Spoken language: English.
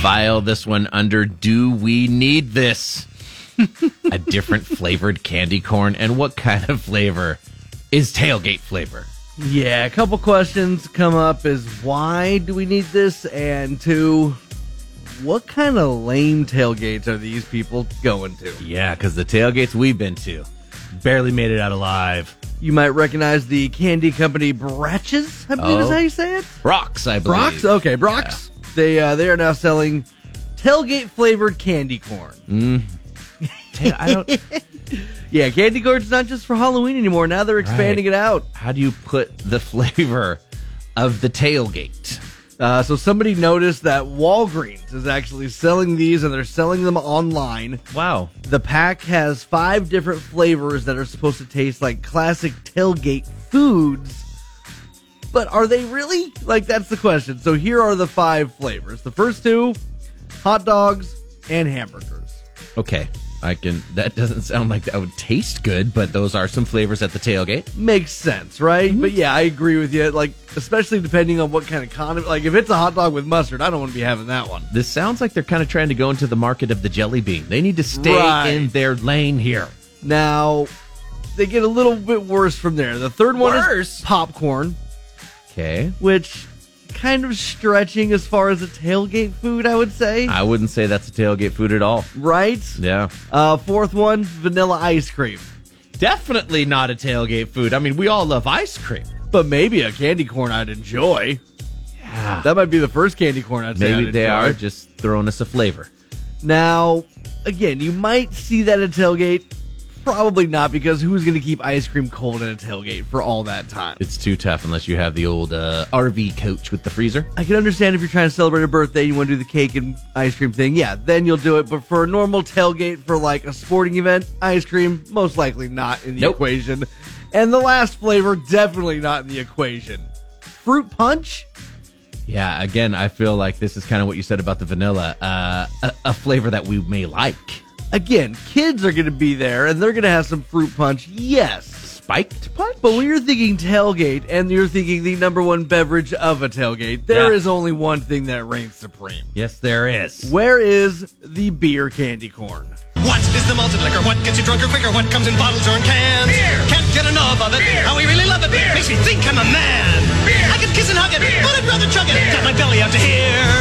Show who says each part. Speaker 1: file this one under Do We Need This? a different flavored candy corn, and what kind of flavor is tailgate flavor?
Speaker 2: Yeah, a couple questions come up is why do we need this? And two, what kind of lame tailgates are these people going to?
Speaker 1: Yeah, because the tailgates we've been to barely made it out alive.
Speaker 2: You might recognize the candy company Bratches, I believe is
Speaker 1: Oh.
Speaker 2: how you say it.
Speaker 1: Brock's, I believe.
Speaker 2: Brock's? Okay, Brock's. They uh, they are now selling tailgate flavored candy corn.
Speaker 1: Mm. Ta- I don't,
Speaker 2: Yeah, candy corn's not just for Halloween anymore. Now they're expanding
Speaker 1: Right.
Speaker 2: it out.
Speaker 1: how do you put the flavor of the tailgate?
Speaker 2: Uh, so somebody noticed that Walgreens is actually selling these, and they're selling them online.
Speaker 1: Wow.
Speaker 2: The pack has five different flavors that are supposed to taste like classic tailgate foods. But are they really? Like, that's the question. So here are the five flavors. The first two hot dogs and hamburgers.
Speaker 1: Okay. I can. That doesn't sound like that would taste good, but those are some flavors at the tailgate.
Speaker 2: Makes sense, right? But yeah, I agree with you. Like, especially depending on what kind of condiment. Like, if it's a hot dog with mustard, I don't want to be having that one.
Speaker 1: This sounds like they're kind of trying to go into the market of the jelly bean. They need to stay
Speaker 2: Right.
Speaker 1: in their lane here.
Speaker 2: Now, they get a little bit worse from there. The third one
Speaker 1: Worse?
Speaker 2: is popcorn.
Speaker 1: Okay.
Speaker 2: which kind of stretching as far as a tailgate food, I would say.
Speaker 1: I wouldn't say that's a tailgate food at all.
Speaker 2: right?
Speaker 1: Yeah.
Speaker 2: Uh, fourth one, vanilla ice cream.
Speaker 1: Definitely not a tailgate food. I mean, we all love ice cream.
Speaker 2: But maybe a candy corn I'd enjoy.
Speaker 1: Yeah.
Speaker 2: That might be the first candy corn I'd say
Speaker 1: Maybe
Speaker 2: I'd
Speaker 1: they
Speaker 2: enjoy.
Speaker 1: are just throwing us a flavor.
Speaker 2: Now, again, you might see that at tailgate. Probably not, because who's going to keep ice cream cold at a tailgate for all that time?
Speaker 1: It's too tough unless you have the old uh, RV coach with the freezer.
Speaker 2: I can understand if you're trying to celebrate a birthday, you want to do the cake and ice cream thing. Yeah, then you'll do it. But for a normal tailgate for like a sporting event, ice cream most likely not in the
Speaker 1: Nope.
Speaker 2: equation. And the last flavor definitely not in the equation. Fruit punch?
Speaker 1: Yeah, again, I feel like this is kind of what you said about the vanilla, uh, a, a flavor that we may like.
Speaker 2: Again, kids are going to be there and they're going to have some fruit punch. Yes.
Speaker 1: Spiked punch?
Speaker 2: But when you're thinking tailgate and you're thinking the number one beverage of a tailgate, there is
Speaker 1: Yeah.
Speaker 2: only one thing that reigns supreme.
Speaker 1: yes, there is.
Speaker 2: Where is the beer candy corn?
Speaker 3: What is the malted liquor? What gets you drunker quicker? What comes in bottles or in cans? Beer. Can't get enough of it. How we really love it. Makes me think I'm a man. Beer. I could kiss and hug it, but I'd rather chug it. Got my belly out to here.